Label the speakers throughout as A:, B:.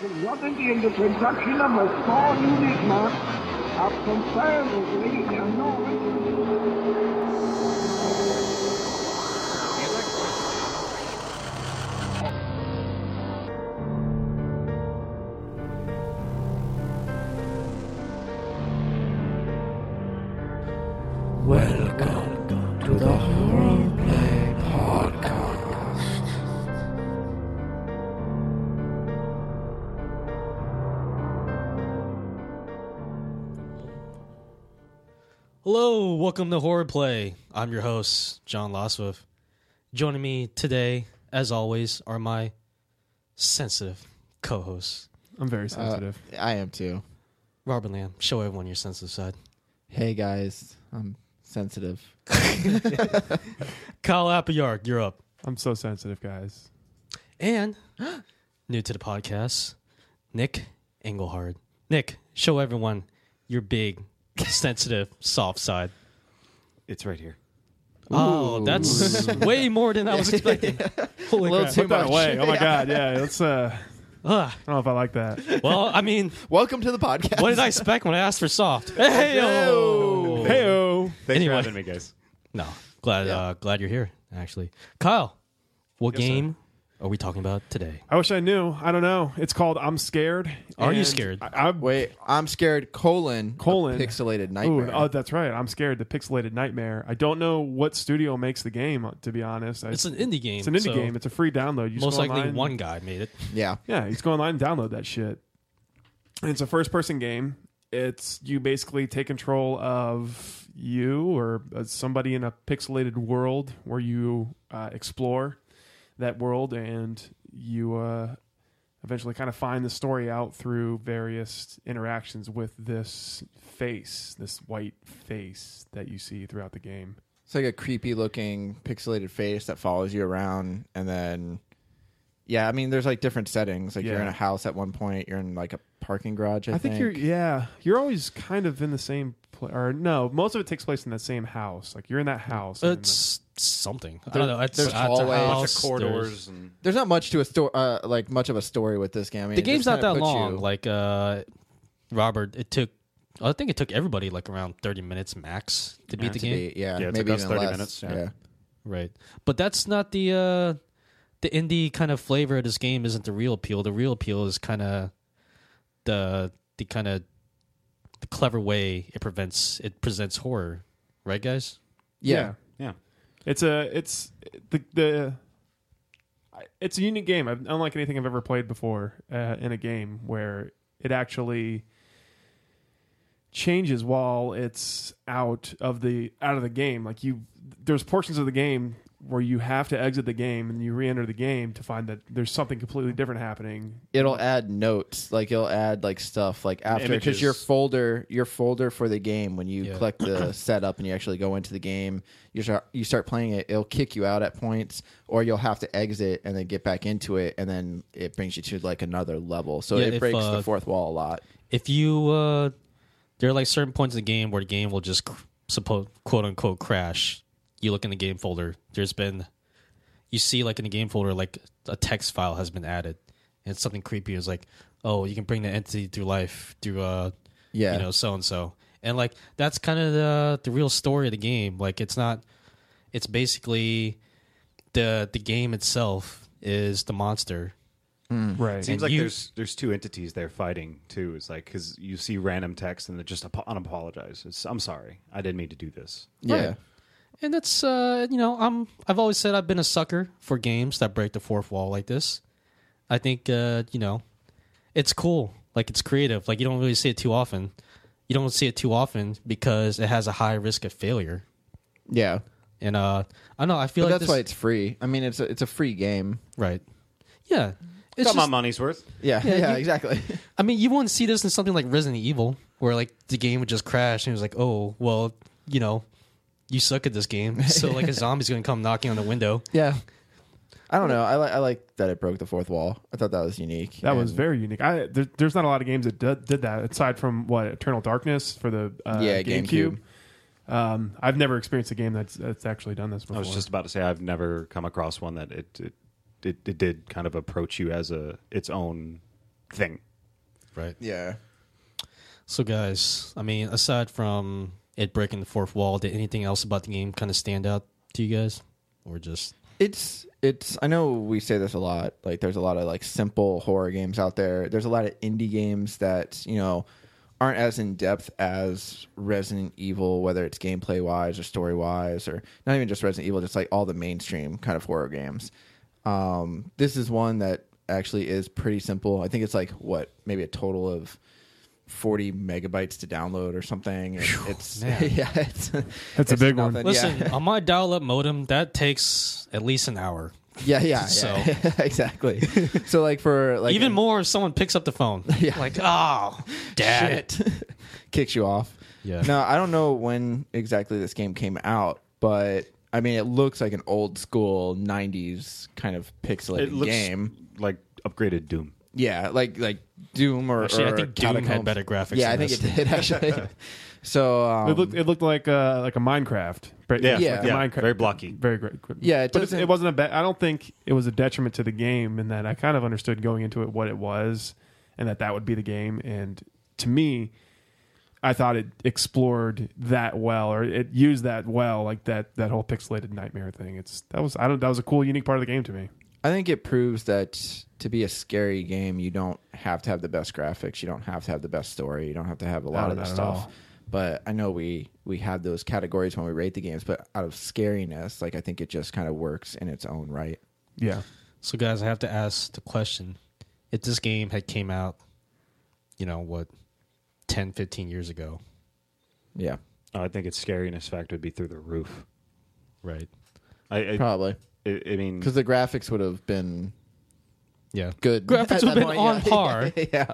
A: Solidity in the construction of a small unit map of considerably unknown.
B: Welcome to the Horror Play Podcast.
C: Hello, welcome to Horror Play. I'm your host, John Loswiff. Joining me today, as always, are my sensitive co hosts,
D: I'm very sensitive.
E: I am too.
C: Robin Lamb. Show everyone your sensitive side.
E: Hey guys, I'm sensitive.
C: Kyle Appiard, you're up.
D: I'm so sensitive, guys.
C: And new to the podcast, Nick Englehard. Nick, show everyone your big, sensitive, soft side.
F: It's right here.
C: Oh, that's way more than I was expecting. Holy crap.
D: Put that away. Oh my god. Yeah. Let's. Uh,
C: Ugh.
D: I don't know if I like that.
C: well, I mean,
E: Welcome to the podcast.
C: what did I expect when I asked for soft? Hey,
D: Heyo.
F: Thanks
C: Anyway.
F: for having me, guys.
C: No, glad uh, glad you're here. Actually, Kyle, what game are we talking about today?
D: I wish I knew. I don't know. It's called I'm Scared.
C: Are you
D: and
C: scared?
D: I, am
E: Wait, I'm scared. Colon. a
D: Colon.
E: Pixelated
D: Ooh,
E: nightmare.
D: oh, that's right. I'm scared. The pixelated nightmare. I don't know what studio makes the game. To be honest, I,
C: It's an indie game.
D: it's an indie
C: so
D: game. It's a free download. You just
C: most
D: go
C: likely
D: online-
C: one guy made it.
E: yeah.
D: Yeah, you just go online and download that shit. And it's a first person game. It's you basically take control of you or uh, somebody in a pixelated world where you uh, explore that world and you uh, eventually kind of find the story out through various interactions with this face, this white face that you see throughout the game.
E: It's like a creepy looking pixelated face that follows you around, and then yeah, I mean, there's like different settings. Like you're
D: Yeah.
E: in a house at one point. You're in like a parking garage. I,
D: I think, you're yeah. You're always kind of in the same place, or no? Most of it takes place in that same house. Like you're in that house. and then the-
C: It's something. I don't know. It's,
E: there's
C: it's a
E: hallways,
C: house,
E: bunch
C: there's-
F: corridors and
E: There's not much to a story. Uh, like much of a story with this game. I mean,
C: The
E: it
C: game's
E: just
C: not
E: kinda
C: that
E: puts you-
C: long. Like uh, Robert, it took. I think it took everybody like around thirty minutes max to beat the
E: to
C: game.
E: be- yeah,
F: Yeah, it
E: maybe
F: took us
E: even
F: 30
E: less.
F: minutes, yeah.
E: yeah.
C: Right. But that's not the uh the indie kind of flavor of this game isn't the real appeal. The real appeal is kind of the the kind of the clever way it prevents it presents horror, right guys?
E: yeah.
F: yeah.
D: It's a it's the the it's a unique game, I've- unlike anything I've ever played before uh, in a game where it actually changes while it's out of the out of the game. Like you, there's portions of the game where you have to exit the game and you re-enter the game to find that there's something completely different happening.
E: it'll add notes like it'll add like stuff like after because your
F: images.
E: folder your folder for the game when you
C: Yeah.
E: click the setup and you actually go into the game you start you start playing it it'll kick you out at points or you'll have to exit and then get back into it and then it brings you to like another level so
C: Yeah,
E: it
C: if,
E: breaks
C: uh,
E: the fourth wall a lot
C: If you uh there are like certain points in the game where the game will just cr- suppose quote unquote crash. You look in the game folder, there's been you see like in the game folder like a text file has been added. And it's something creepy. It's like, "Oh, you can bring the entity through life through uh
E: yeah
C: you know so and so and like that's kind of the the real story of the game like it's not it's basically the the game itself is the monster
D: Right.
F: Seems
C: And
F: like
C: you-
F: there's there's two entities they're fighting too. It's like because you see random text and they just apo- unapologize. It's, I'm sorry, I didn't mean to do this.
E: yeah
C: Right. and that's uh you know i'm i've always said i've been a sucker for games that break the fourth wall like this i think uh you know it's cool like it's creative like you don't really see it too often you don't see it too often because it has a high risk of failure
E: yeah
C: and uh i don't know i feel
E: but
C: like
E: that's
C: this,
E: why it's free i mean it's a, it's a free game
C: right yeah it's
F: Got my
C: just-
F: money's worth.
E: yeah yeah, exactly
C: I mean, you wouldn't see this in something like Resident Evil, where like the game would just crash and it was like, oh, well, you know, you suck at this game, so like a zombie's gonna come knocking on the window.
E: yeah I don't know. I, li- I like that it broke the fourth wall. I thought that was unique.
D: That was
E: And-
D: very unique. I there, there's not a lot of games that did, did that aside from what Eternal Darkness for the uh,
E: Yeah,
D: GameCube. Um, I've never experienced a game that's that's actually done this before.
F: I was just about to say I've never come across one that it it, it it did kind of approach you as a its own thing.
C: right?
E: Yeah.
C: So, guys, I mean, aside from it breaking the fourth wall, did anything else about the game kind of stand out to you guys, or just
E: It's it's I know we say this a lot. Like there's a lot of like simple horror games out there. There's a lot of indie games that, you know, aren't as in depth as Resident Evil, whether it's gameplay wise or story wise or not even just Resident Evil, just like all the mainstream kind of horror games. Um this is one that actually is pretty simple. I think it's like what, maybe a total of 40 megabytes to download or something. And it's yeah, it's
D: That's a
E: it's
D: big one.
E: nothing. Yeah.
C: listen on my dial-up modem? That takes at least an hour,
E: Yeah, yeah, yeah.
C: So-
E: exactly. So like for like
C: even more if someone picks up the phone.
E: Yeah.
C: Like, oh, dad.
E: kicks you off.
C: Yeah.
E: No, I don't know when exactly this game came out, but I mean it looks like an old school '90s kind of pixelated
F: It looks
E: game.
F: like upgraded Doom.
E: Yeah, like like Doom or
C: Actually, I
E: or
C: think Doom had
E: Catacombs.
C: better graphics
E: Yeah, I
C: than
E: think
C: this.
E: it did actually. so um,
D: it looked it looked like uh like a Minecraft. But
F: Yeah,
E: Yeah.
F: yeah,
D: like a Minecraft.
F: very blocky.
D: very great. equipment.
E: Yeah, it
D: but it's-
E: doesn't-
D: it wasn't a bet. I don't think it was a detriment to the game in that I kind of understood going into it what it was, and that that would be the game. And to me, I thought it explored that well, or it used that well, like that that whole pixelated nightmare thing. It's that was I don't that was a cool, unique part of the game to me.
E: I think it proves that to be a scary game, you don't have to have the best graphics, you don't have to have the best story, you don't have to have a lot
D: No,
E: of
D: not
E: this
D: at
E: stuff.
D: all.
E: But I know we we have those categories when we rate the games, but out of scariness, like I think it just kind of works in its own right.
D: Yeah,
C: So, guys, I have to ask the question: If this game had came out, you know what, 10, 15 years ago,
E: Yeah,
F: Oh, I think its scariness factor would be through the roof.
C: right?
F: I, I,
E: probably
F: I, I mean,
E: because the graphics would have been
C: Yeah,
E: good.
C: Graphics
E: at
C: would have
E: that
C: been
E: point,
C: on
E: yeah.
C: par.
E: yeah,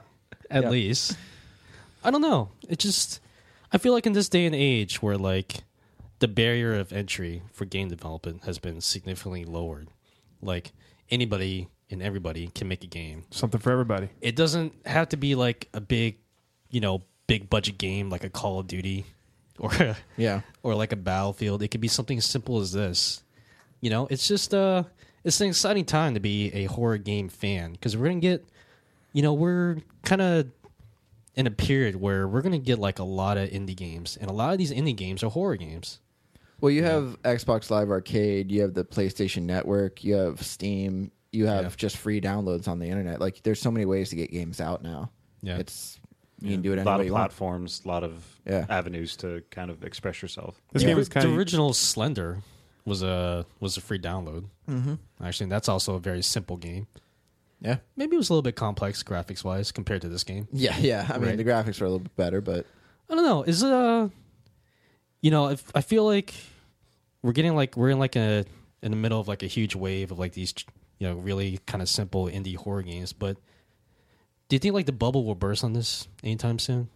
C: at
E: Yeah.
C: least. I don't know. It just I feel like in this day and age where like the barrier of entry for game development has been significantly lowered. Like anybody and everybody can make a game.
D: something for everybody.
C: It doesn't have to be like a big, you know, big budget game like a Call of Duty or a,
E: yeah.
C: or like a Battlefield. It could be something as simple as this. You know, it's just uh it's an exciting time to be a horror game fan because we're gonna get, you know, we're kind of in a period where we're gonna get like a lot of indie games, and a lot of these indie games are horror games.
E: Well, you have Xbox Live Arcade, you have the PlayStation Network, you have Steam, you have just free downloads on the internet. Like, there's so many ways to get games out now.
C: Yeah.
E: it's you can do it
F: a
E: any
F: lot
E: way
F: of
E: you want.
F: platforms, a lot of
E: Yeah.
F: avenues to kind of express yourself.
D: This game is kind
C: the
D: of
C: original Slender was a was a free download. Mm-hmm. Actually, and that's also a very simple game.
E: Yeah,
C: Maybe it was a little bit complex graphics wise compared to this game.
E: yeah, yeah. I mean, the graphics are a little bit better, but
C: I don't know. Is it uh you know, if, I feel like we're getting like we're in like a in the middle of like a huge wave of like these you know really kind of simple indie horror games, but do you think like the bubble will burst on this anytime soon?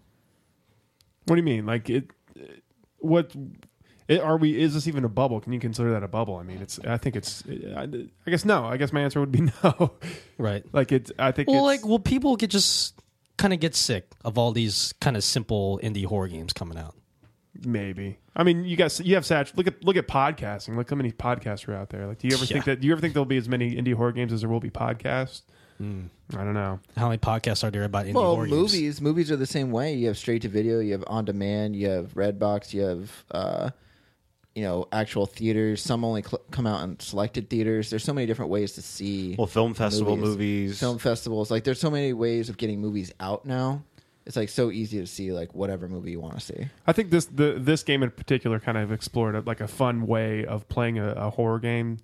D: What do you mean? Like it? it- What? It, are we? Is this even a bubble? Can you consider that a bubble? I mean, it's. I think it's. I, I guess no. I guess my answer would be no.
C: Right.
D: like it's. I think.
C: Well,
D: it's,
C: like will people get just kind of get sick of all these kind of simple indie horror games coming out?
D: maybe. I mean, you got. You have Satch. Look at. Look at podcasting. Look how many podcasts are out there. Like, do you ever think
C: Yeah.
D: that? Do you ever think there'll be as many indie horror games as there will be podcasts? I don't know.
C: How many podcasts are there about indie
E: well,
C: horror
E: movies,
C: games?
E: movies are the same way. You have straight to video, you have on demand, you have Redbox, you have uh, you know actual theaters. Some only cl- come out in selected theaters. There's so many different ways to see.
F: Well, film festival movies.
E: film festivals. Like, there's so many ways of getting movies out now. It's like so easy to see like whatever movie you want to see.
D: I think this the this game in particular kind of explored a, like a fun way of playing a, a horror game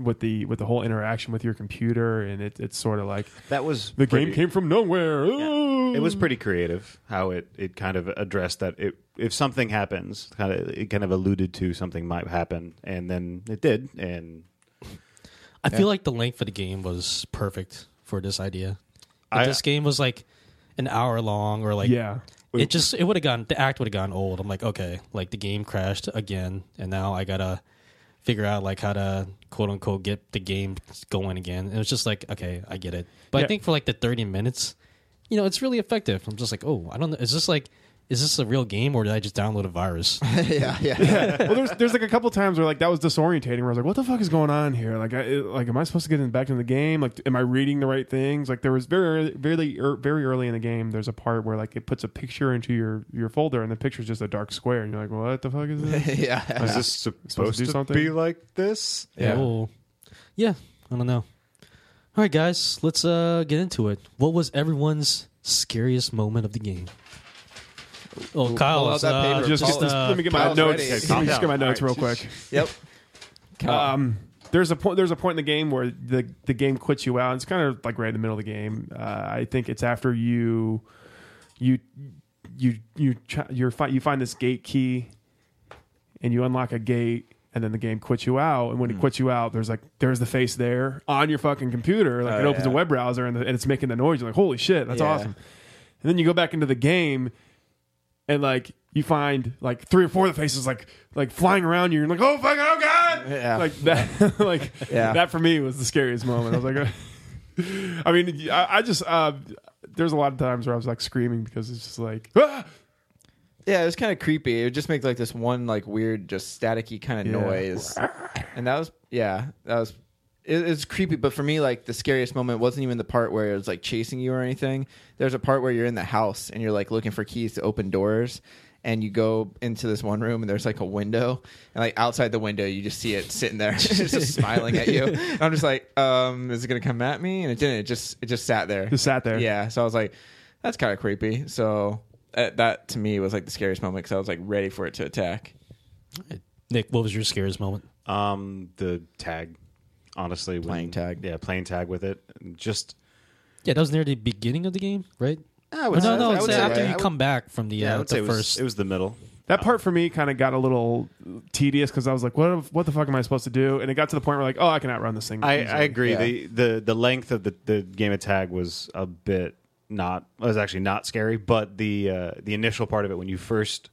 D: with the with the whole interaction with your computer, and it, it's sort of like
F: That was
D: the
F: pretty-
D: game came from nowhere. Ooh.
F: It was pretty creative how it, it kind of addressed that it, if something happens, kind of it kind of alluded to something might happen, and then it did, and
C: I feel like the length of the game was perfect for this idea. If
F: I-
C: this game was like an hour long or like
D: yeah.
C: it just it would have gone the act would have gone old. I'm like, okay, like the game crashed again, and now I gotta figure out like how to quote unquote get the game going again. And it was just like, okay, I get it. But I
D: Yeah.
C: think for like the 30 minutes, you know, it's really effective. I'm just like, oh, I don't know. Is this like is this a real game or did I just download a virus?
E: yeah, yeah.
D: well, there's there's like a couple times where like that was disorientating. Where I was like, "What the fuck is going on here? Like, I, it- like am I supposed to get in, back into the game? Like, am I reading the right things? Like, there was very early, very er, very early in the game. There's a part where like it puts a picture into your your folder, and the picture's just a dark square, and you're like, "What the fuck is this?"
E: yeah.
F: Is this
D: Supposed
F: supposed
D: to do
F: to,
D: something?
F: be like this?
E: Yeah.
C: Oh. yeah, I don't know. All right, guys, let's uh, get into it. What was everyone's scariest moment of the game? Oh, Kyle,
E: pull out
C: it's,
E: that
C: uh,
E: paper.
D: just,
C: just,
E: Paul-
D: just-
C: uh,
D: let me get my
E: Kyle's
D: notes.
E: ready.
D: Let me
F: Calm
D: just
F: down.
D: get my notes
F: All
D: real
F: right.
D: quick.
E: Yep.
C: uh,
D: Um, there's a point. There's a point in the game where the the game quits you out. It's kind of like right in the middle of the game. Uh, I think it's after you, you, you, you, ch- you're fi- you find this gate key, and you unlock a gate, and then the game quits you out. And when
E: Hmm.
D: it quits you out, there's like there's the face there on your fucking computer. Like it opens a web browser, and, the, and it's making the noise. You're like, holy shit, that's
E: Oh, Yeah.
D: awesome. And then you go back into the game, and like you find like three or four of the faces like like flying around you. You're like, oh fucking oh god,
E: Yeah.
D: like that, like
E: Yeah.
D: that for me was the scariest moment. I was like, I mean, I, I just uh, there's a lot of times where I was like screaming because it's just like, ah!
E: Yeah, it was kind of creepy. It would just make like this one like weird, just staticky kind of
D: Yeah.
E: noise, and that was yeah, that was it, it's creepy. But for me, like the scariest moment wasn't even the part where it was like chasing you or anything. There's a part where you're in the house and you're like looking for keys to open doors, and you go into this one room and there's like a window, and like outside the window you just see it sitting there, it's just smiling at you. And I'm just like, um, is it gonna come at me? And it didn't. It just it just sat there.
D: Just sat there.
E: Yeah. So I was like, that's kind of creepy. So uh, that to me was like the scariest moment because I was like ready for it to attack.
C: Nick, what was your scariest moment?
F: Um, the tag, honestly, when-
E: Playing tag.
F: Yeah, playing tag with it. Just
C: Yeah, that was near the beginning of the game, right? no,
F: I
C: no,
E: I
C: it's
E: would say,
C: after
E: right?
C: you
E: I would-
C: come back from the,
F: yeah, I
C: uh,
F: would say
C: the
F: it
C: first.
F: was, it was the middle.
D: That part for me kind of got a little tedious because I was like, what what the fuck am I supposed to do? And it got to the point where like, oh, I can outrun this thing.
F: I, I
D: easily.
F: agree.
E: Yeah.
F: The, the the length of the, the game of tag was a bit not was actually not scary, but the uh, the initial part of it when you first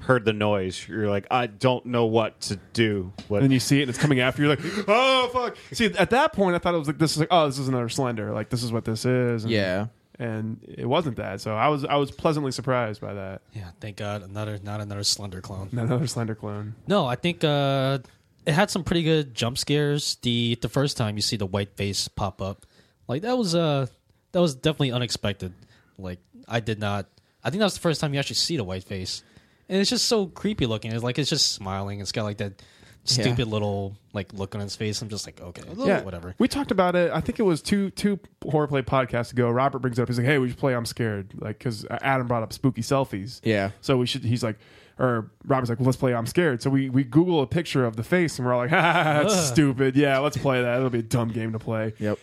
F: heard the noise, you're like, I don't know what to do. What
D: and then you see it and it's coming after you. You're like, oh fuck! See, at that point, I thought it was like this is like, oh, this is another Slender. Like this is what this is. And,
E: Yeah.
D: and it wasn't that. So I was I was pleasantly surprised by that.
C: yeah, thank God, another not another Slender clone.
D: Another Slender clone.
C: No, I think uh, it had some pretty good jump scares. The the first time you see the white face pop up, like that was uh that was definitely unexpected. Like I did not. I think that was the first time you actually see the white face, and it's just so creepy looking. It's like it's just smiling. It's got like that stupid little like look on its face. I'm just like okay, Oh, whatever.
D: We talked about it. I think it was two two horror play podcasts ago. Robert brings it up. He's like, "Hey, we should play I'm Scared," like because Adam brought up spooky selfies.
E: Yeah.
D: So we should. He's like, or Robert's like, "Well, let's play I'm Scared." So we we Google a picture of the face, and we're all like, "Ha, ha, ha, "That's
C: Ugh.
D: stupid." Yeah, let's play that. It'll be a dumb game to play.
E: Yep.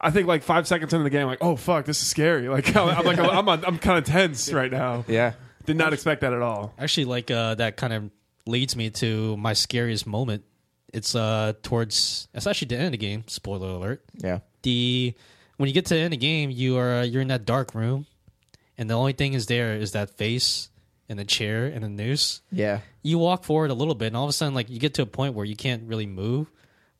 D: I think like five seconds into the game, like, "Oh fuck, this is scary." Like I'm, I'm like I'm on, I'm kind of tense right now.
E: Yeah.
D: Did not expect that at all.
C: Actually, like uh, that kind of leads me to my scariest moment. It's uh towards it's actually the end of the game. Spoiler alert.
E: Yeah.
C: the when you get to the end of the game, you are you're in that dark room, and the only thing is there is that face and the chair and the noose.
E: Yeah.
C: You walk forward a little bit, and all of a sudden, like you get to a point where you can't really move,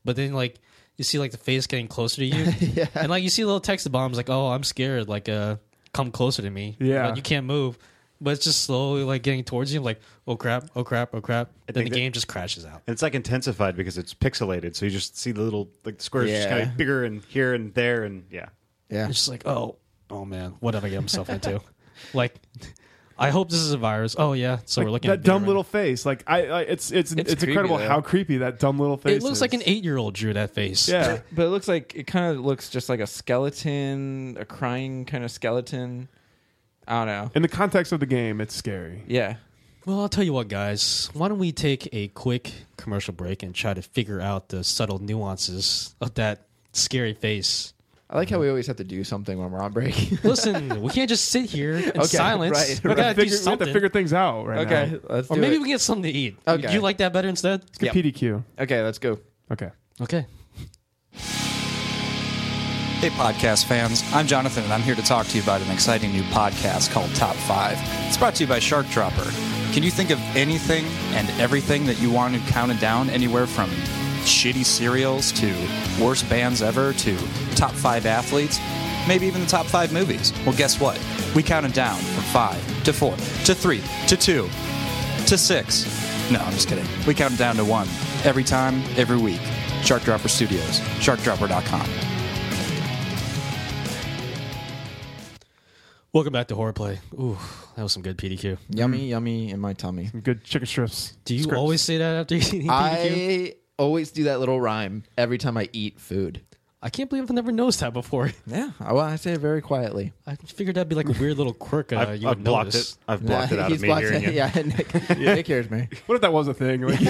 C: but then like you see like the face getting closer to you, and like you see little text bombs like, "Oh, I'm scared," like uh, come closer to me.
D: Yeah.
C: Like, you can't move. But it's just slowly like getting towards you, like oh crap, oh crap, oh crap. Then the
F: think that-
C: game just crashes out.
F: And it's like intensified because it's pixelated, so you just see the little like the squares just
E: Yeah.
F: kind of bigger and here and there and yeah.
E: Yeah.
C: It's just like, oh, oh man, what did I get myself into? like, I hope this is a virus. Oh yeah, so we're
D: Like,
C: looking
D: that
C: at
D: dumb
C: Dameron.
D: little face. Like I, I it's it's it's,
E: It's creepy,
D: incredible
E: though.
D: how creepy that dumb little face.
C: It looks
D: is.
C: like an eight-year-old drew that face.
D: yeah.
E: But it looks like it kind of looks just like a skeleton, a crying kind of skeleton. I don't know.
D: In the context of the game, it's scary.
E: Yeah.
C: Well, I'll tell you what, guys. Why don't we take a quick commercial break and try to figure out the subtle nuances of that scary face?
E: I like how we always have to do something when we're on break.
C: Listen, we can't just sit here in
E: Okay,
C: silence.
E: right,
C: we
E: right.
C: gotta
D: figure,
C: do
D: We have
C: something.
D: to figure things out right now.
E: okay. Let's do
C: or maybe
E: it.
C: we can get something to eat.
E: Okay.
C: Do you like that better instead?
E: Yep.
D: PDQ.
E: Okay. Let's go.
D: Okay.
C: Okay.
G: Hey, podcast fans. I'm Jonathan, and I'm here to talk to you about an exciting new podcast called Top 5. It's brought to you by Shark Dropper. Can you think of anything and everything that you wanted counted down anywhere from shitty cereals to worst bands ever to top 5 athletes, maybe even the top 5 movies? Well, guess what? We counted down from five to four to three to two to six. No, I'm just kidding. We count it down to one every time, every week. Shark Dropper Studios, sharkdropper.com.
C: Welcome back to Horror Play. Ooh, that was some good PDQ.
E: Yummy, yummy in my tummy.
D: Good chicken strips.
C: Do you
D: Scripts.
C: always say that after eating PDQ? I,
E: I always do that little rhyme every time I eat food.
C: can't believe I've never noticed that before.
E: Yeah, I- well, I say it very quietly.
C: I figured that'd be like a weird little quirk. Uh,
F: I've,
C: you would
F: I've blocked
C: notice.
F: it. I've blocked it out of
E: He's
F: me
E: blocked
F: hearing
E: it.
F: you.
E: Yeah, Nick, Nick hears me.
D: What if that was a thing? Like,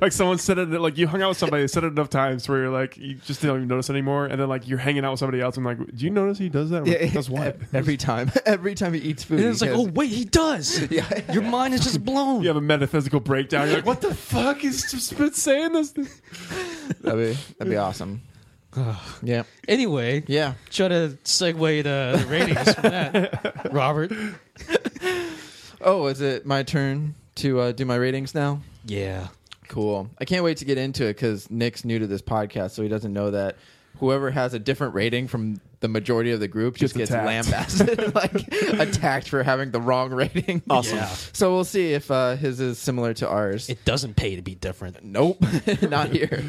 D: like someone said it, like you hung out with somebody, said it enough times where you're like, you just don't even notice anymore. And then like you're hanging out with somebody else and like, do you notice he does that? I'm like, does what?
E: Every time, every time he eats food,
C: And it's
E: he
C: like, oh
E: goes,
C: wait, he does.
E: Yeah.
C: Your mind is just blown.
D: You have a metaphysical breakdown. You're like, what the fuck? He's just been saying this. Thing.
E: that'd be that'd be awesome. yeah,
C: Anyway,
E: yeah.
C: try to segue the ratings from that, Robert.
E: Oh, is it my turn to uh, do my ratings now?
C: Yeah.
E: Cool. I can't wait to get into it because Nick's new to this podcast, so he doesn't know that whoever has a different rating from the majority of the group just
D: Gets
E: gets
D: attacked.
E: lambasted, like attacked for having the wrong rating.
C: Awesome. Yeah.
E: So we'll see if uh, his is similar to ours.
C: It doesn't pay to be different.
E: Nope, not here.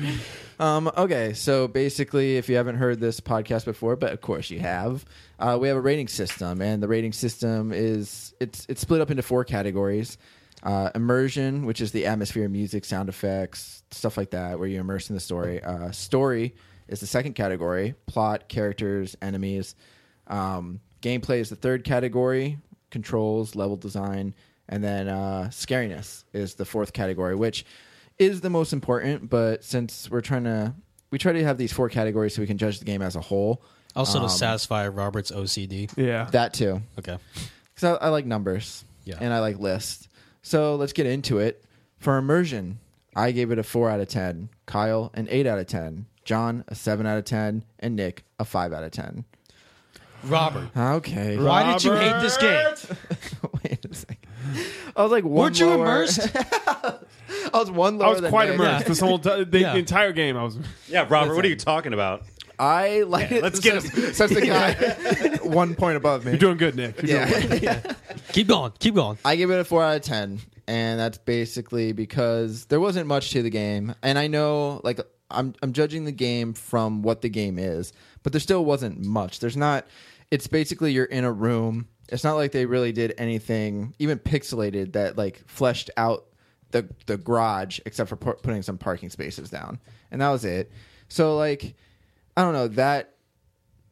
E: Um, okay, so basically, if you haven't heard this podcast before, but of course you have, uh, we have a rating system, and the rating system is it's it's split up into four categories: uh, immersion, which is the atmosphere, music, sound effects, stuff like that, where you immerse in the story. Uh, story is the second category: plot, characters, enemies. Um, gameplay is the third category: controls, level design, and then uh, scariness is the fourth category, which is the most important. But since we're trying to, we try to have these four categories so we can judge the game as a whole.
C: Also to satisfy Robert's OCD.
D: Yeah.
E: That too,
C: Okay.
E: because I, I like numbers,
C: Yeah.
E: and I like lists. So let's get into it. For immersion, I gave it a four out of ten. Kyle an eight out of ten. John a seven out of ten, and Nick a five out of ten.
C: Robert,
E: Okay.
C: why did you hate this game?
E: Wait a second. I was like one.
C: Weren't you
E: lower-
C: immersed?
E: I was one lower.
D: I was
E: than
D: quite
E: Nick.
D: immersed.
C: Yeah.
D: This whole t- the
C: Yeah.
D: entire game, I was.
F: Yeah, Robert, what are you talking about?
E: I like
F: Yeah,
E: it.
F: let's get
E: since-
F: him.
E: since the guy one point above me.
D: You're doing good, Nick. You're doing
E: yeah.
C: keep going. Keep going.
E: I give it a four out of ten, and that's basically because there wasn't much to the game, and I know like I'm I'm judging the game from what the game is, but there still wasn't much. There's not. It's basically you're in a room. It's not like they really did anything even pixelated that like fleshed out the the garage except for pu- putting some parking spaces down, and that was it. So like I don't know that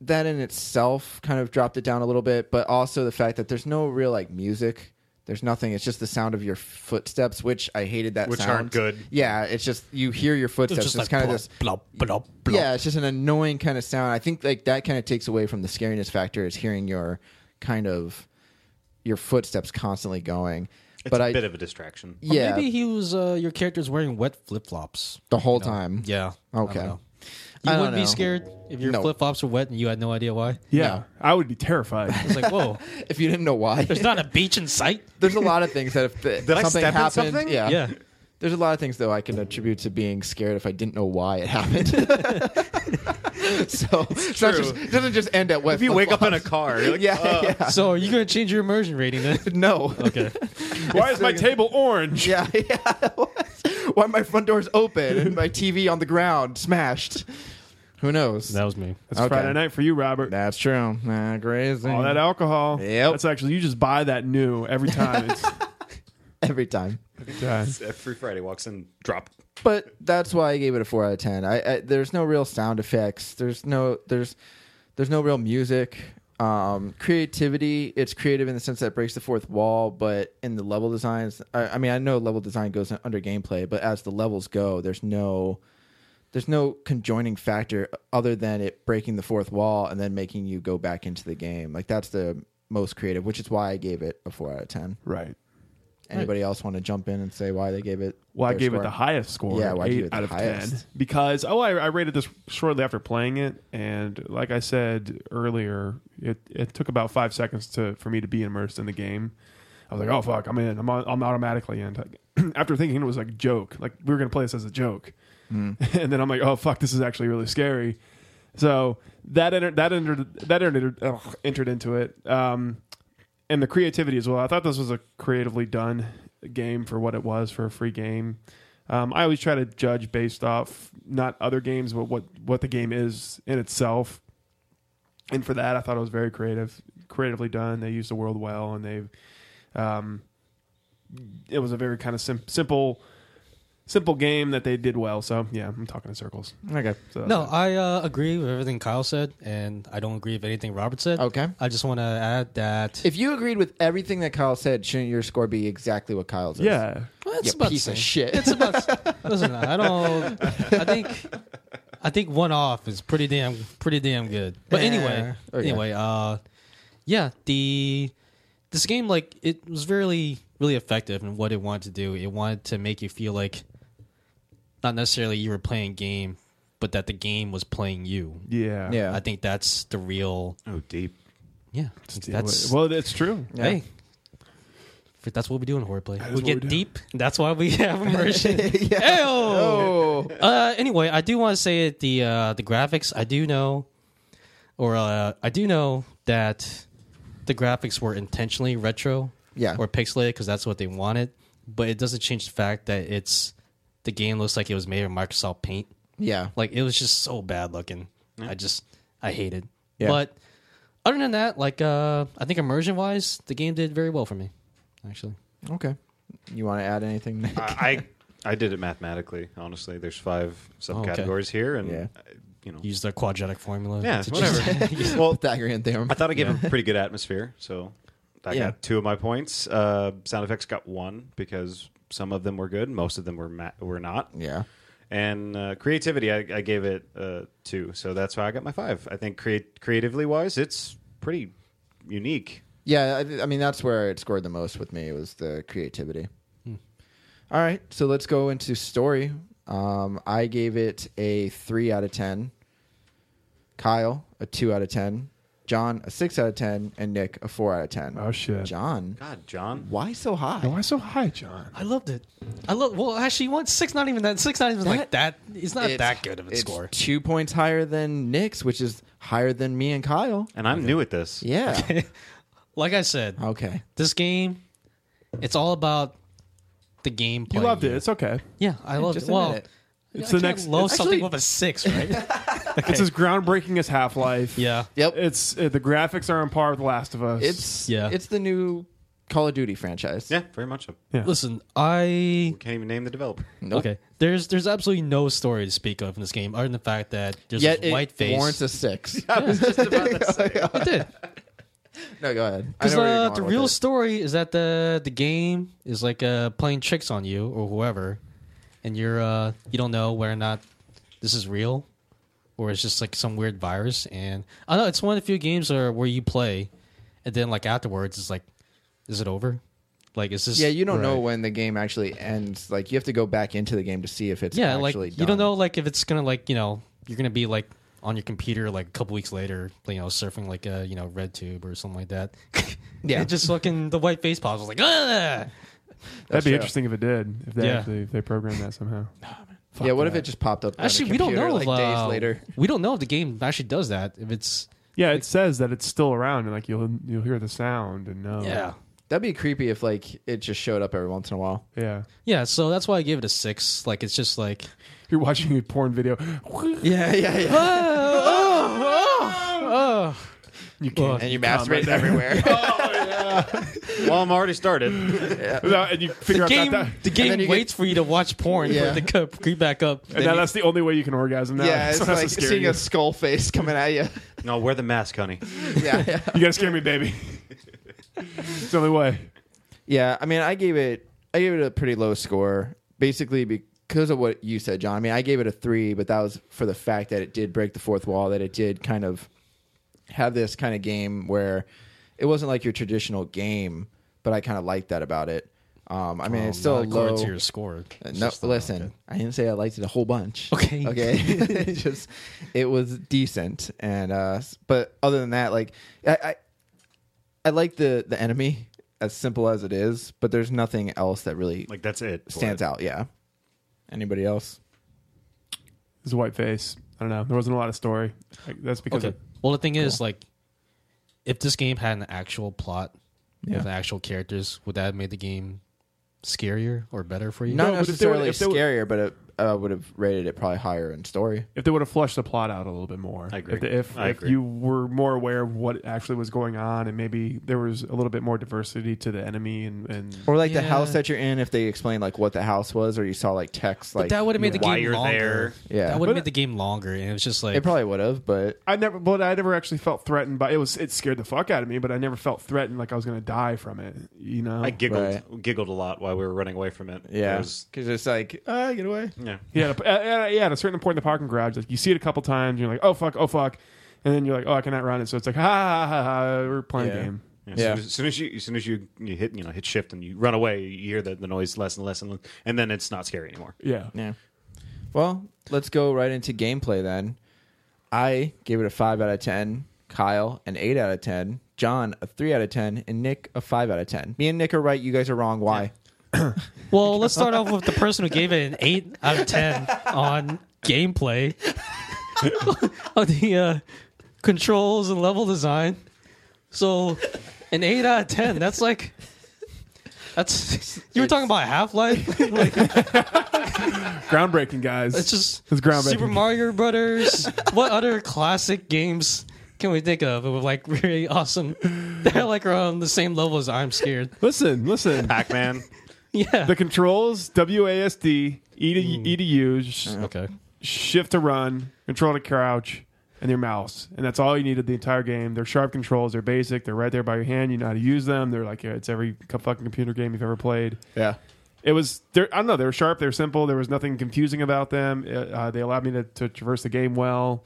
E: that in itself kind of dropped it down a little bit, but also the fact that there's no real like music. There's nothing. It's just the sound of your footsteps, which I hated that
F: Which
E: sound.
F: aren't good.
E: Yeah, it's just you hear your footsteps.
C: It's
E: It's,
C: just like
E: kind of
C: blah,
E: this.
C: blah, blah, blah.
E: Yeah, it's just an annoying kind of sound. I think like that kind of takes away from the scariness factor is hearing your kind of your footsteps constantly going.
F: It's
E: but
F: a
E: I
F: bit of a distraction.
C: Or
E: yeah
C: Maybe he was uh, your character's wearing wet flip flops.
E: the whole time.
C: Yeah.
E: Mm-hmm. Okay.
C: I don't know.
E: I
C: You
E: don't
C: wouldn't be
E: know.
C: scared if your
E: No.
C: flip flops were wet and you had no idea why.
D: Yeah. I would be terrified.
C: It's like, whoa,
E: If you didn't know why,
C: there's not a beach in sight.
E: there's a lot of things that if th-
F: I
E: something
F: step in
E: happened,
F: something?
E: yeah,
C: Yeah.
E: There's a lot of things though I can attribute to being scared if I didn't know why it happened. so it's not
F: true.
E: just- it doesn't just end at West.
F: If you wake up in a car, you're like,
E: yeah,
F: "Oh,
E: yeah,
C: So are you gonna change your immersion rating then?
E: no,
C: Okay.
D: Why is my table orange?
E: yeah, yeah. Why my front door's open and my TV on the ground smashed? Who knows?
C: That was me.
D: It's
E: Okay.
D: Friday night for you, Robert.
E: That's true. Nah, crazy.
D: All that alcohol.
E: Yep.
D: That's actually you just buy that new every time. It's
E: Every time.
F: it's Every Friday walks in, drop.
E: but that's why I gave it a four out of ten. I, I there's no real sound effects. There's no there's there's no real music. Um, creativity. It's creative in the sense that it breaks the fourth wall, but in the level designs, I, I mean, I know level design goes under gameplay, but as the levels go, there's no there's no conjoining factor other than it breaking the fourth wall and then making you go back into the game. Like that's the most creative, which is why I gave it a four out of ten.
D: right.
E: Anybody else want to jump in and say why they gave it?
D: Well, I
E: their
D: gave it
E: score?
D: the highest score.
E: Yeah, why'd
D: eight
E: you give it the
D: out of ten
E: highest?
D: because oh, I, I rated this shortly after playing it, and like I said earlier, it, it took about five seconds to for me to be immersed in the game. I was like, oh fuck, I'm in. I'm on, I'm automatically in. after thinking it was like a
E: Hmm.
D: joke, like we were gonna play this as a joke, and then I'm like, oh fuck, this is actually really scary. So that entered that entered that entered ugh, entered into it, um, and the creativity as well. I thought this was a creatively done game for what it was for a free game. Um, I always try to judge based off not other games, but what what the game is in itself. And for that, I thought it was very creative, creatively done. They used the world well, and they, um, it was a very kind of sim- simple, simple game that they did well. So yeah, I'm talking in circles.
E: Okay.
D: So
C: No, I uh, agree with everything Kyle said, and I don't agree with anything Robert said.
E: Okay.
C: I just want to add that
E: If you agreed with everything that Kyle said, shouldn't your score be exactly what Kyle's? is?
D: yeah,
C: Well, it's
E: You
C: about the
E: piece of
C: same.
E: shit.
C: It's about. listen, I don't. I think. I think one off is pretty damn, pretty damn good.
D: Eh,
C: But anyway,
E: Yeah. Okay.
C: anyway, uh, yeah, the this game like it was really, really effective in what it wanted to do. It wanted to make you feel like not necessarily you were playing game, but that the game was playing you.
D: yeah,
E: Yeah.
C: I think that's the real.
F: Oh, deep.
C: Yeah, that's
D: well, it's true.
C: hey. F- That's what we do in horror play. We
D: what
C: get
D: we do.
C: deep. That's why we have immersion.
E: yeah.
C: Ayo!
E: Oh.
C: Uh, anyway, I do want to say that the uh, the graphics. I do know, or uh, I do know that the graphics were intentionally retro,
E: Yeah.
C: or pixelated because that's what they wanted. But it doesn't change the fact that it's the game looks like it was made in Microsoft Paint.
E: Yeah.
C: Like it was just so bad looking. I just I hated.
E: Yeah.
C: But other than that, like uh, I think immersion wise, the game did very well for me. Actually,
E: Okay. You want to add anything? Nick?
F: I, I I did it mathematically. Honestly, there's five
C: okay.
F: subcategories here, and
E: Yeah.
F: uh, you know,
C: use their quadratic formula.
F: yeah,
C: to just-
F: whatever. well,
E: Pythagorean theorem.
F: Uh, I thought I gave him a pretty good atmosphere, so I
E: Yeah.
F: got two of my points. Uh, sound effects got one because some of them were good, most of them were ma- were not.
E: Yeah.
F: And uh, creativity, I, I gave it uh, two, so that's why I got my five. I think creat- creatively wise, it's pretty unique.
E: Yeah. I, I mean, that's where it scored the most with me was the creativity.
C: Hmm.
E: All right. So let's go into story. Um, I gave it a three out of ten. Kyle a two out of ten. John a six out of ten, and Nick a four out of ten.
D: Oh shit!
E: John,
F: God, John,
E: why so high?
D: Why so high, John?
C: I loved it. I love. Well, actually, one six not even that. Six not even like that. It's not
E: It's-
C: that good of a
E: it's
C: score.
E: Two points higher than Nick's, which is higher than me and Kyle.
F: and I'm new at this.
E: Yeah. Okay.
C: Like I said, this game, it's all about the gameplay.
D: You loved it. It's okay.
C: Yeah, I loved
E: Just
C: it.
E: a
C: Well,
E: minute.
D: It's
C: it's
D: the
C: the
D: next-
C: next. Love
E: it's-
C: something
E: actually-
C: with a six, right?
D: It's as groundbreaking as Half Life.
C: yeah.
E: Yep.
D: It's uh, the graphics are on par with The Last of Us.
E: It's
C: Yeah.
E: It's the new Call of Duty franchise.
F: Yeah, very much so.
C: Listen, I
F: Can't even name the developer.
E: Nope.
C: okay. There's there's absolutely no story to speak of in this game, other than the fact that there's
E: Yet
C: this
E: it
C: white face.
E: warrants a six.
C: It did.
E: No, go ahead. I
C: Because
E: know where you're
C: uh,
E: going
C: the
E: with
C: real
E: it.
C: story is that the the game is like uh, playing tricks on you or whoever, and you're uh, you don't know whether or not this is real or it's just like some weird virus. And I don't know it's one of the few games where where you play, and then like afterwards it's like, is it over? Like is this?
E: Yeah, you don't know when the game actually ends. Like you have to go back into the game to see if it's
C: yeah like
E: actually
C: you don't know like if it's gonna like you know you're gonna be like on your computer like a couple weeks later you know surfing like a you know red tube or something like that.
E: Yeah.
C: It just fucking the white face pops I was like ah.
D: That'd be
E: true.
D: interesting if it did. If they
C: Yeah.
D: actually if they programmed that somehow.
E: Yeah, what if it just popped up? on a
C: Actually, we don't
E: computer,
C: know.
E: Like
C: if, uh,
E: days later.
C: we don't know if the game actually does that. If it's
D: Yeah, it says that it's still around, and like you'll you'll hear the sound and know.
C: yeah,
E: That'd be creepy if like it just showed up every once in a while.
D: yeah.
C: yeah. So that's why I gave it a six. Like it's just like
D: You're watching a porn video. You
E: Yeah, yeah, yeah.
C: Oh,
D: can't.
E: and you masturbate everywhere.
F: well, I'm already started.
D: No, and you figure
C: the
D: out
C: game.
D: that, that-
C: The game
E: then you
C: waits for you to watch porn
E: Yeah.
C: for it to co- creep back up.
D: and now that's the only way you can orgasm. Now.
E: yeah,
D: So
E: it's
D: that's
E: like
D: so scary.
E: seeing a skull face coming at you.
F: no, wear the mask, honey.
E: yeah, yeah.
D: You gotta scare me, baby. it's the only way.
E: Yeah, I mean, I gave it, I gave it a pretty low score, basically because of what you said, John. I mean, I gave it a three, but that was for the fact that it did break the fourth wall, that it did kind of have this kind of game where it wasn't like your traditional game, but I kind of liked that about it. Um, I mean, it's still a
C: Oh, Not according
E: low.
C: to your score.
E: Uh,
C: It's
E: No,
C: just not
E: listen.
C: good.
E: I didn't say I liked it a whole bunch.
C: Okay.
E: Okay. It's just it was decent, and uh, s- but other than that, like I, I, I like the the enemy as simple as it is, but there's nothing else that really
F: Like that's it.
E: stands out. Yeah. Anybody else?
D: It's a white face. I don't know. There wasn't a lot of story. Like, that's because
C: Okay.
D: it-
C: Well, the thing is, like, if this game had an actual plot with actual characters, would that have made the game scarier or better for you?
E: Not
D: No, but if they were-
E: necessarily
D: if they were-
E: scarier, but it uh, would have rated it probably higher in story.
D: if they would have flushed the plot out a little bit more,
F: I agree.
D: If, the- if,
F: I
D: if
F: agree.
D: you were more aware of what actually was going on, and maybe there was a little bit more diversity to the enemy, and, and
E: Or like the
C: Yeah.
E: house that you're in, if they explained like what the house was, or you saw like text like
C: But that would have made the
F: why
C: game
F: you're
C: longer.
F: there.
E: Yeah.
C: that would
D: But-
C: have made the game longer, and it was just like
E: it probably would have, but
D: I never, but I never actually felt threatened by it. Was it scared the fuck out of me? But I never felt threatened like I was going to die from it. You know,
F: I giggled
E: Right.
F: giggled a lot while we were running away from it.
E: yeah,
F: It
E: because
F: was-
E: it's like ah, get away.
F: yeah.
D: Yeah, at a, at a- yeah. At a certain point in the parking garage, like you see it a couple times, you're like, oh fuck, oh fuck, and then you're like, oh, I cannot run it. So it's like, ha ha ha, ha we're playing
E: Yeah.
D: a game.
F: Yeah,
E: Yeah.
F: As, soon as, soon as you, as soon as you, you hit, you know, hit shift and you run away, you hear the, the noise less and less and less, and then it's not scary anymore.
D: Yeah,
E: Yeah. Well, let's go right into gameplay then. I gave it a five out of ten. Kyle an eight out of ten. John a three out of ten, and Nick a five out of ten. Me and Nick are right. You guys are wrong. Why?
C: Well, let's start off with the person who gave it an eight out of ten on gameplay, on the uh, controls and level design. So, an eight out of ten. That's like, that's you were talking about Half Life. like,
D: groundbreaking guys.
C: it's just
D: It's groundbreaking.
C: Super Mario Brothers. what other classic games can we think of? It was like really awesome. They're like around the same level as I'm Scared.
D: listen, listen.
F: Pac Man.
C: Yeah.
D: the controls: WASD, E to E to use,
C: okay.
D: shift to run, control to crouch, and your mouse. And that's all you needed the entire game. They're sharp controls. They're basic. They're right there by your hand. You know how to use them. They're like yeah, it's every co- fucking computer game you've ever played.
E: Yeah.
D: It was they're, I don't know. They were sharp. They were simple. There was nothing confusing about them. Uh, Uh, they allowed me to, to traverse the game well.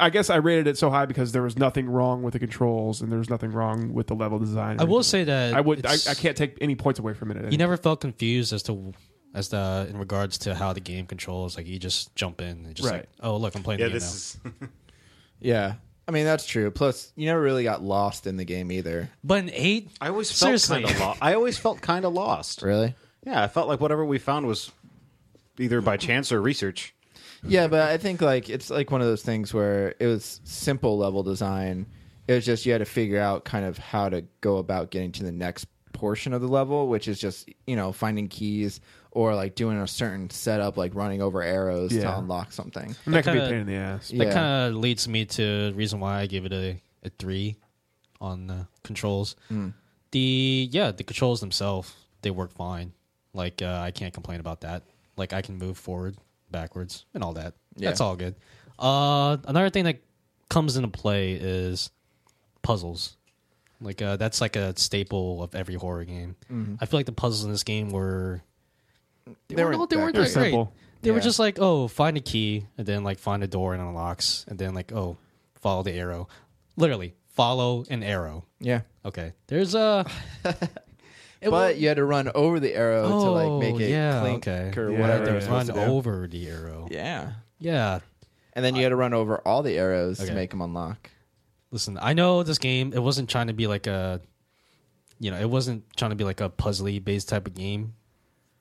D: I guess I rated it so high because there was nothing wrong with the controls and there was nothing wrong with the level design.
C: I will say that
D: I would. I,
C: it's-
D: I can't take any points away from it.
C: you never felt confused as to as the in regards to how the game controls like you just jump in and just
D: Right.
C: like oh look i'm playing
F: Yeah,
C: the game now.
F: this is
E: Yeah. I mean that's true. Plus, you never really got lost in the game either.
C: but an eight
F: I always felt
C: Seriously.
F: kind of lost. I always felt kind of lost.
E: Really?
F: Yeah, I felt like whatever we found was either by chance or research.
E: Yeah, but I think like it's like one of those things where it was simple level design. It was just you had to figure out kind of how to go about getting to the next portion of the level, which is just you know finding keys or like doing a certain setup, like running over arrows to
D: Yeah.
E: unlock something.
D: And that could be a
C: kinda-
D: pain in the ass.
E: Yeah.
C: that kind of leads me to the reason why i gave it a, a three on the controls
E: Mm.
C: the yeah the controls themselves they work fine like uh, i can't complain about that like i can move forward backwards and all that
E: Yeah.
C: that's all good uh another thing that comes into play is puzzles Like uh, that's like a staple of every horror game. I feel like the puzzles in this game were they,
E: Mm-hmm. They
C: were
E: weren't
C: they weren't
E: that
C: that
D: They're
C: great.
D: simple.
C: They were
E: Yeah.
C: just like oh find a key and then like find a door and it unlocks and then like oh follow the arrow, literally follow an arrow.
E: Yeah,
C: Okay, there's a
E: but you had to run over the arrow Oh, to like make it
C: Oh, yeah,
E: clink
C: okay.
E: or
D: Yeah,
E: whatever.
D: right.
E: you're supposed
C: run
E: to do.
C: over the arrow.
E: Yeah,
C: yeah,
E: and then you had to run over all the arrows to
C: Okay.
E: make them unlock.
C: listen, I know this game. It wasn't trying to be like a, you know, it wasn't trying to be like a puzzly based type of game,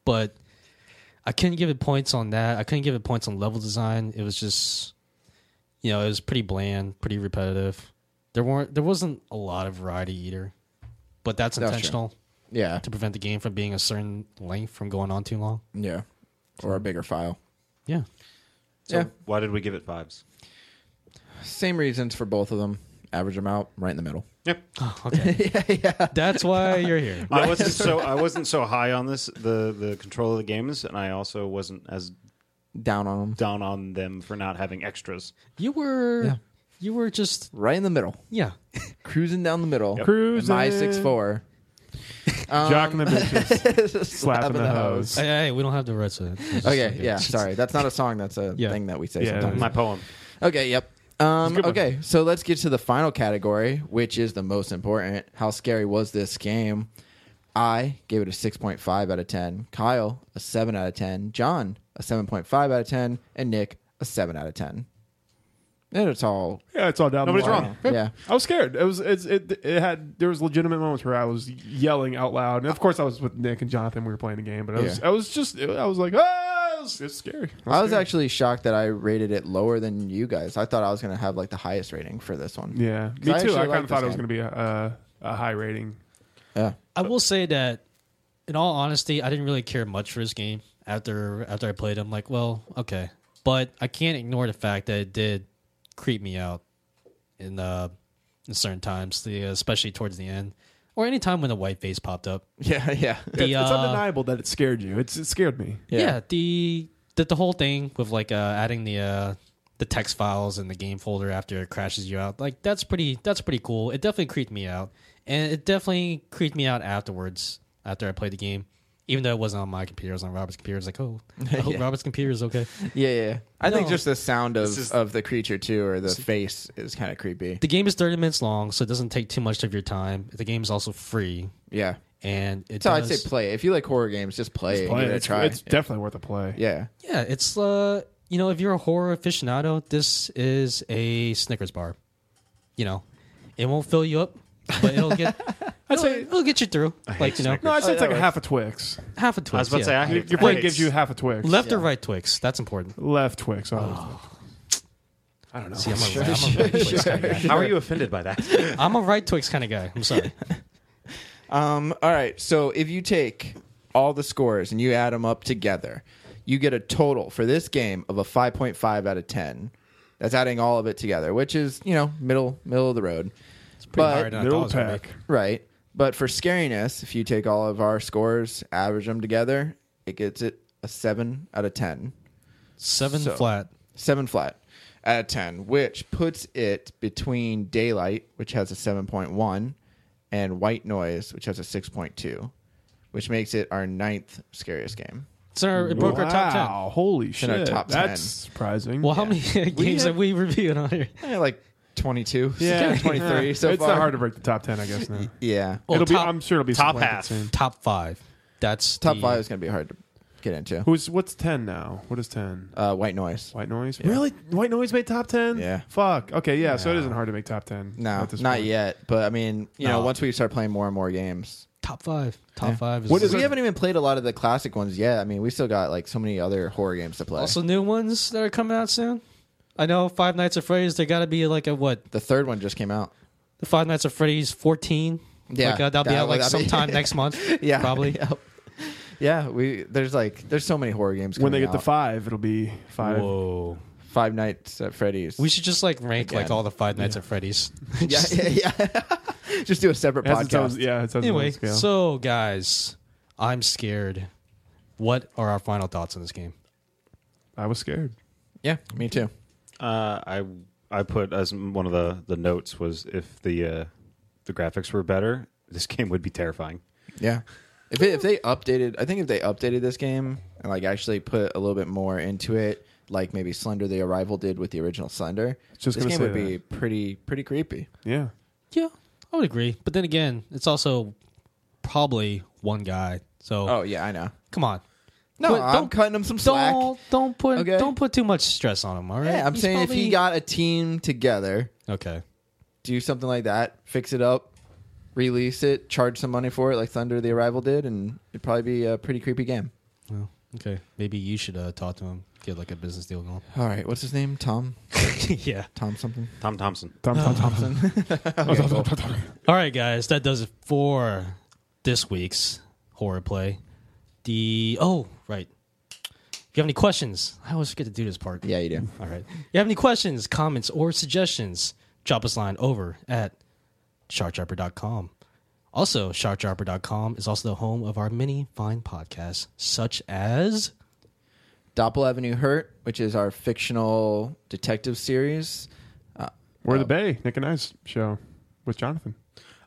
C: but I couldn't give it points on that. I couldn't give it points on level design. It was just, you know, it was pretty bland, pretty repetitive. There weren't, there wasn't a lot of variety either, but that's
E: That's true.
C: intentional
E: Yeah,
C: to prevent the game from being a certain length from going on too long.
E: yeah, or a bigger file.
C: Yeah.
F: So
E: Yeah.
F: why did we give it fives?
E: Same reasons for both of them. Average them out, right in the middle.
F: Yep.
C: Okay. That's why you're here.
F: I wasn't so I wasn't so high on this the the control of the games, and I also wasn't as
E: Down on them,
F: down on them for not having extras.
C: You were,
E: Yeah.
C: you were just,
E: right in the middle.
C: yeah.
E: cruising down the middle.
D: Cruising.
E: My six four.
D: Jocking the bitches, slapping
E: Um, Slapping
D: the hose.
C: Hey, hey, we don't have the rest of it.
E: Okay, yeah. Sorry, that's not a song. That's a
C: Yeah.
E: thing that we say
D: Yeah.
E: sometimes.
F: My poem.
E: Okay, yep.
D: It's
E: Um,
D: a good one.
E: okay, so let's get to the final category, which is the most important. How scary was this game? I gave it a 6.5 out of 10. Kyle, a 7 out of 10. John, a 7.5 out of 10. And Nick, a 7 out of 10. And it's all.
D: Yeah, it's all down.
F: Nobody's
D: the line.
F: wrong.
E: Yeah.
D: I was scared. It was it's, it it had there was legitimate moments where I was yelling out loud, and of course I was with Nick and Jonathan. We were playing the game, but I was
E: Yeah.
D: I was just I was like ah, was it's scary.
E: I was actually shocked that I rated it lower than you guys. I thought I was going to have like the highest rating for this one.
D: yeah,
E: 'Cause
D: me too.
E: I actually
D: I kind
E: like
D: of
E: this
D: thought it was
E: game.
D: going to be a, a, a high rating.
E: Yeah.
C: I will say that, in all honesty, I didn't really care much for this game after after I played. it. I'm like, well, okay, but I can't ignore the fact that it did creep me out in uh in certain times, the, uh, especially towards the end, or any time when the white face popped up.
E: Yeah. Yeah.
C: The,
D: it's, it's
C: uh,
D: undeniable that it scared you. It's it scared me.
C: yeah. the the the whole thing with like uh, adding the uh, the text files in the game folder after it crashes you out like that's pretty that's pretty cool it definitely creeped me out and it definitely creeped me out afterwards after i played the game even though it wasn't on my computer it was on robert's computer it's like oh i hope robert's computer is okay
E: Yeah. yeah. I think
C: No.
E: just the sound of,
F: is-
E: of the creature too, or the face is kind of creepy.
C: the game is 30 minutes long so it doesn't take too much of your time the game is also free
E: Yeah.
C: and it
E: So
C: does,
E: I'd say play. If you like horror games, just play. and
D: Play it.
E: give it a
D: it's
E: try.
D: it's definitely worth a play.
E: yeah.
C: yeah it's uh you know if you're a horror aficionado this is a snickers bar you know it won't fill you up but it'll get
D: I'd
C: it'll,
D: say-
C: it'll get you through like you know
D: No, I'd say
E: Oh,
D: it's
E: that
D: like a half a Twix.
C: half a twix
F: I was about to say, I
C: yeah.
F: hate,
D: Your
F: I
D: plate
F: hate
D: gives you half a Twix.
C: left or right twix that's important
D: left Twix. Oh, I don't know.
C: See, I'm a, I'm a right twix kind of guy.
F: How are you offended by that?
C: I'm a right twix kind of guy i'm sorry
E: Um, all right. So if you take all the scores and you add them up together, you get a total for this game of a 5.5 out of 10. That's adding all of it together, which is you know middle middle of the road. It's
C: pretty hard, I thought it
D: Middle
C: was gonna
D: pack.
E: Right. But for scariness, if you take all of our scores, average them together, it gets it a 7 out of 10.
C: seven
E: So-
C: flat
E: 7 flat out of 10, which puts it between Daylight, which has a 7.1, and White Noise, which has a 6.2, which makes it our ninth scariest game.
C: so our- it broke our top
D: Wow, Holy shit!
E: our top
D: That's
E: 10.
D: surprising.
C: 10 well how many games
E: had-
C: have we reviewed on here
E: Eh, like 22,
D: yeah,
E: 23
D: Yeah.
E: so
D: it's
E: far.
D: not hard to break the top ten, I guess. Now.
E: Yeah.
C: Well,
D: it'll
C: top-
D: be. I'm sure it'll be
F: top
D: some blanket
F: half.
D: soon.
C: top five that's
E: Top
C: the-
E: 5 is going to be hard to get into.
D: Who's what's ten now? What is ten?
E: Uh, White Noise.
D: White noise. Really? White noise made top ten?
E: Yeah.
D: Fuck. Okay. Yeah. So it isn't hard to make top ten.
E: No,
D: at this
E: not
D: point.
E: yet. But I mean, you know,
C: No.
E: once we start playing more and more games,
C: top five top five is
D: What is
E: we
D: it-
E: haven't even played a lot of the classic ones yet. I mean, we still got like so many other horror games to play.
C: Also, new ones that are coming out soon. I know Five Nights at Freddy's. They got to be like a what?
E: the third one just came out.
C: The Five Nights at Freddy's 14.
E: Yeah,
C: like, uh, that'll be
E: that-
C: out like
E: that'll be-
C: sometime next month.
E: Yeah,
C: probably.
E: Yep. Yeah, we there's like there's so many horror games.
D: When they get
E: coming
D: to
E: out.
D: five, it'll be five.
C: Whoa.
E: Five Nights at Freddy's,
C: We should just like rank like
E: Again.
C: all the Five Nights at Freddy's.
E: yeah, yeah, yeah. just do a separate
D: It has its
E: podcast.
D: own, yeah. It has
C: anyway,
D: its own scale.
C: so guys, I'm scared. What are our final thoughts on this game?
D: I was scared.
E: yeah, me too.
F: Uh, I I put as one of the, the notes was if the uh, the graphics were better, this game would be terrifying.
E: Yeah. If, it, if they updated, I think if they updated this game and like actually put a little bit more into it, like maybe Slender the Arrival did with the original Slender,
D: Just
E: this
D: gonna
E: game
D: say
E: would be pretty pretty creepy.
D: Yeah.
C: Yeah, I would agree. But then again, it's also probably one guy. So
E: Oh yeah, I know.
C: come on,
E: No,
C: But
E: I'm
C: don't-
E: cutting him some slack.
C: don't don't put
E: Okay.
C: don't put too much stress on him. All right.
E: Yeah, I'm
C: He's
E: saying if
C: probably-
E: he got a team together,
C: okay.
E: do something like that, fix it up, release it, charge some money for it, like Thunder the Arrival did, and it'd probably be a pretty creepy game.
C: Well, okay. Maybe you should uh, talk to him, get like a business deal going.
E: All right, what's his name? Tom?
C: yeah.
E: Tom something?
F: Tom Thompson.
D: Tom, Tom, Tom.
C: All right, guys, that does it for this week's horror play. The oh right. If you have any questions, I always forget to do this part.
E: Yeah, you do.
C: All right. You have any questions, comments, or suggestions? Drop us a line over at sharkdropper.com. Also, sharkdropper.com is also the home of our many fine podcasts, such as
E: Doppel Avenue Hurt, which is our fictional detective series. Uh,
D: We're the Bay Nick and I's show with Jonathan.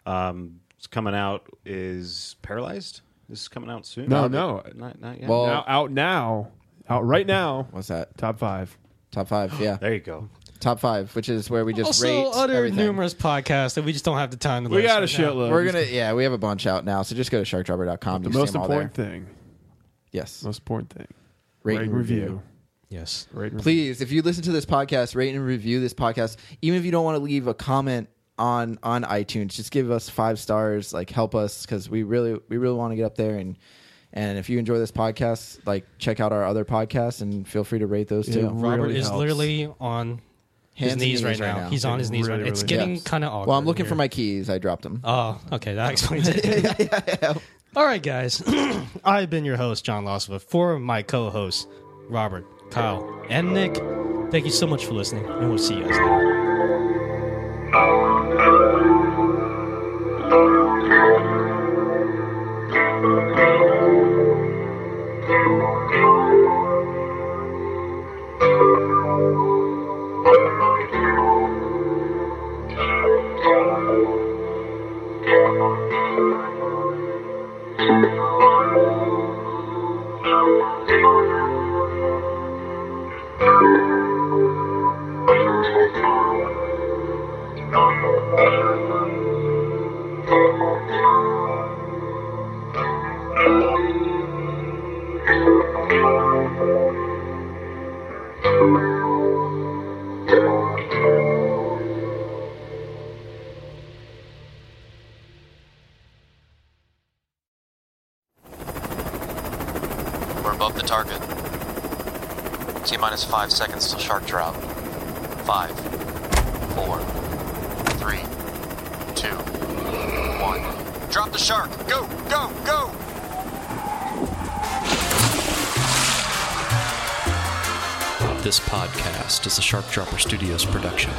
F: Um, it's coming out is paralyzed. This is coming out soon.
D: No, no.
F: not, not yet.
E: Well,
D: Now out now, out right now.
E: what's that?
D: Top five.
E: Top five, yeah.
F: there you go.
E: Top five, which is where we just
C: also
E: rate
C: other
E: everything.
C: numerous podcasts that we just don't have the time to
D: We
C: list
D: got a
C: right now.
D: shitload.
E: We're gonna, yeah, we have a bunch out now. So just go to sharkdropper.com.
D: The
E: you
D: most
E: see 'em all there.
D: important thing.
E: yes,
D: Most important thing.
E: rate
D: Rate
E: and review.
D: review.
C: Yes.
D: Rate and review.
E: please if you listen to this podcast rate and review this podcast even if you don't want to leave a comment on on itunes just give us five stars like help us because we really we really want to get up there and And if you enjoy this podcast, like check out our other podcasts and feel free to rate those too.
C: Robert
D: really
C: is
D: helps.
C: literally on his
E: Hands and
C: knees, right, now. He's on his knees
D: Really,
C: right now. It's
D: really
C: getting
E: helps.
C: kind of awkward.
E: well, I'm looking
C: here.
E: for my keys. I dropped them.
C: Oh, okay, that explains it. All right, guys. I've been your host, John Losova, for my co hosts, Robert, Kyle, and Nick. Thank you so much for listening, and we'll see you guys later.
H: We're above the target. T minus five seconds till shark drop. Five, four, three, two, one. Drop the shark! Go, go, go!
I: This podcast is a Shark Dropper Studios production.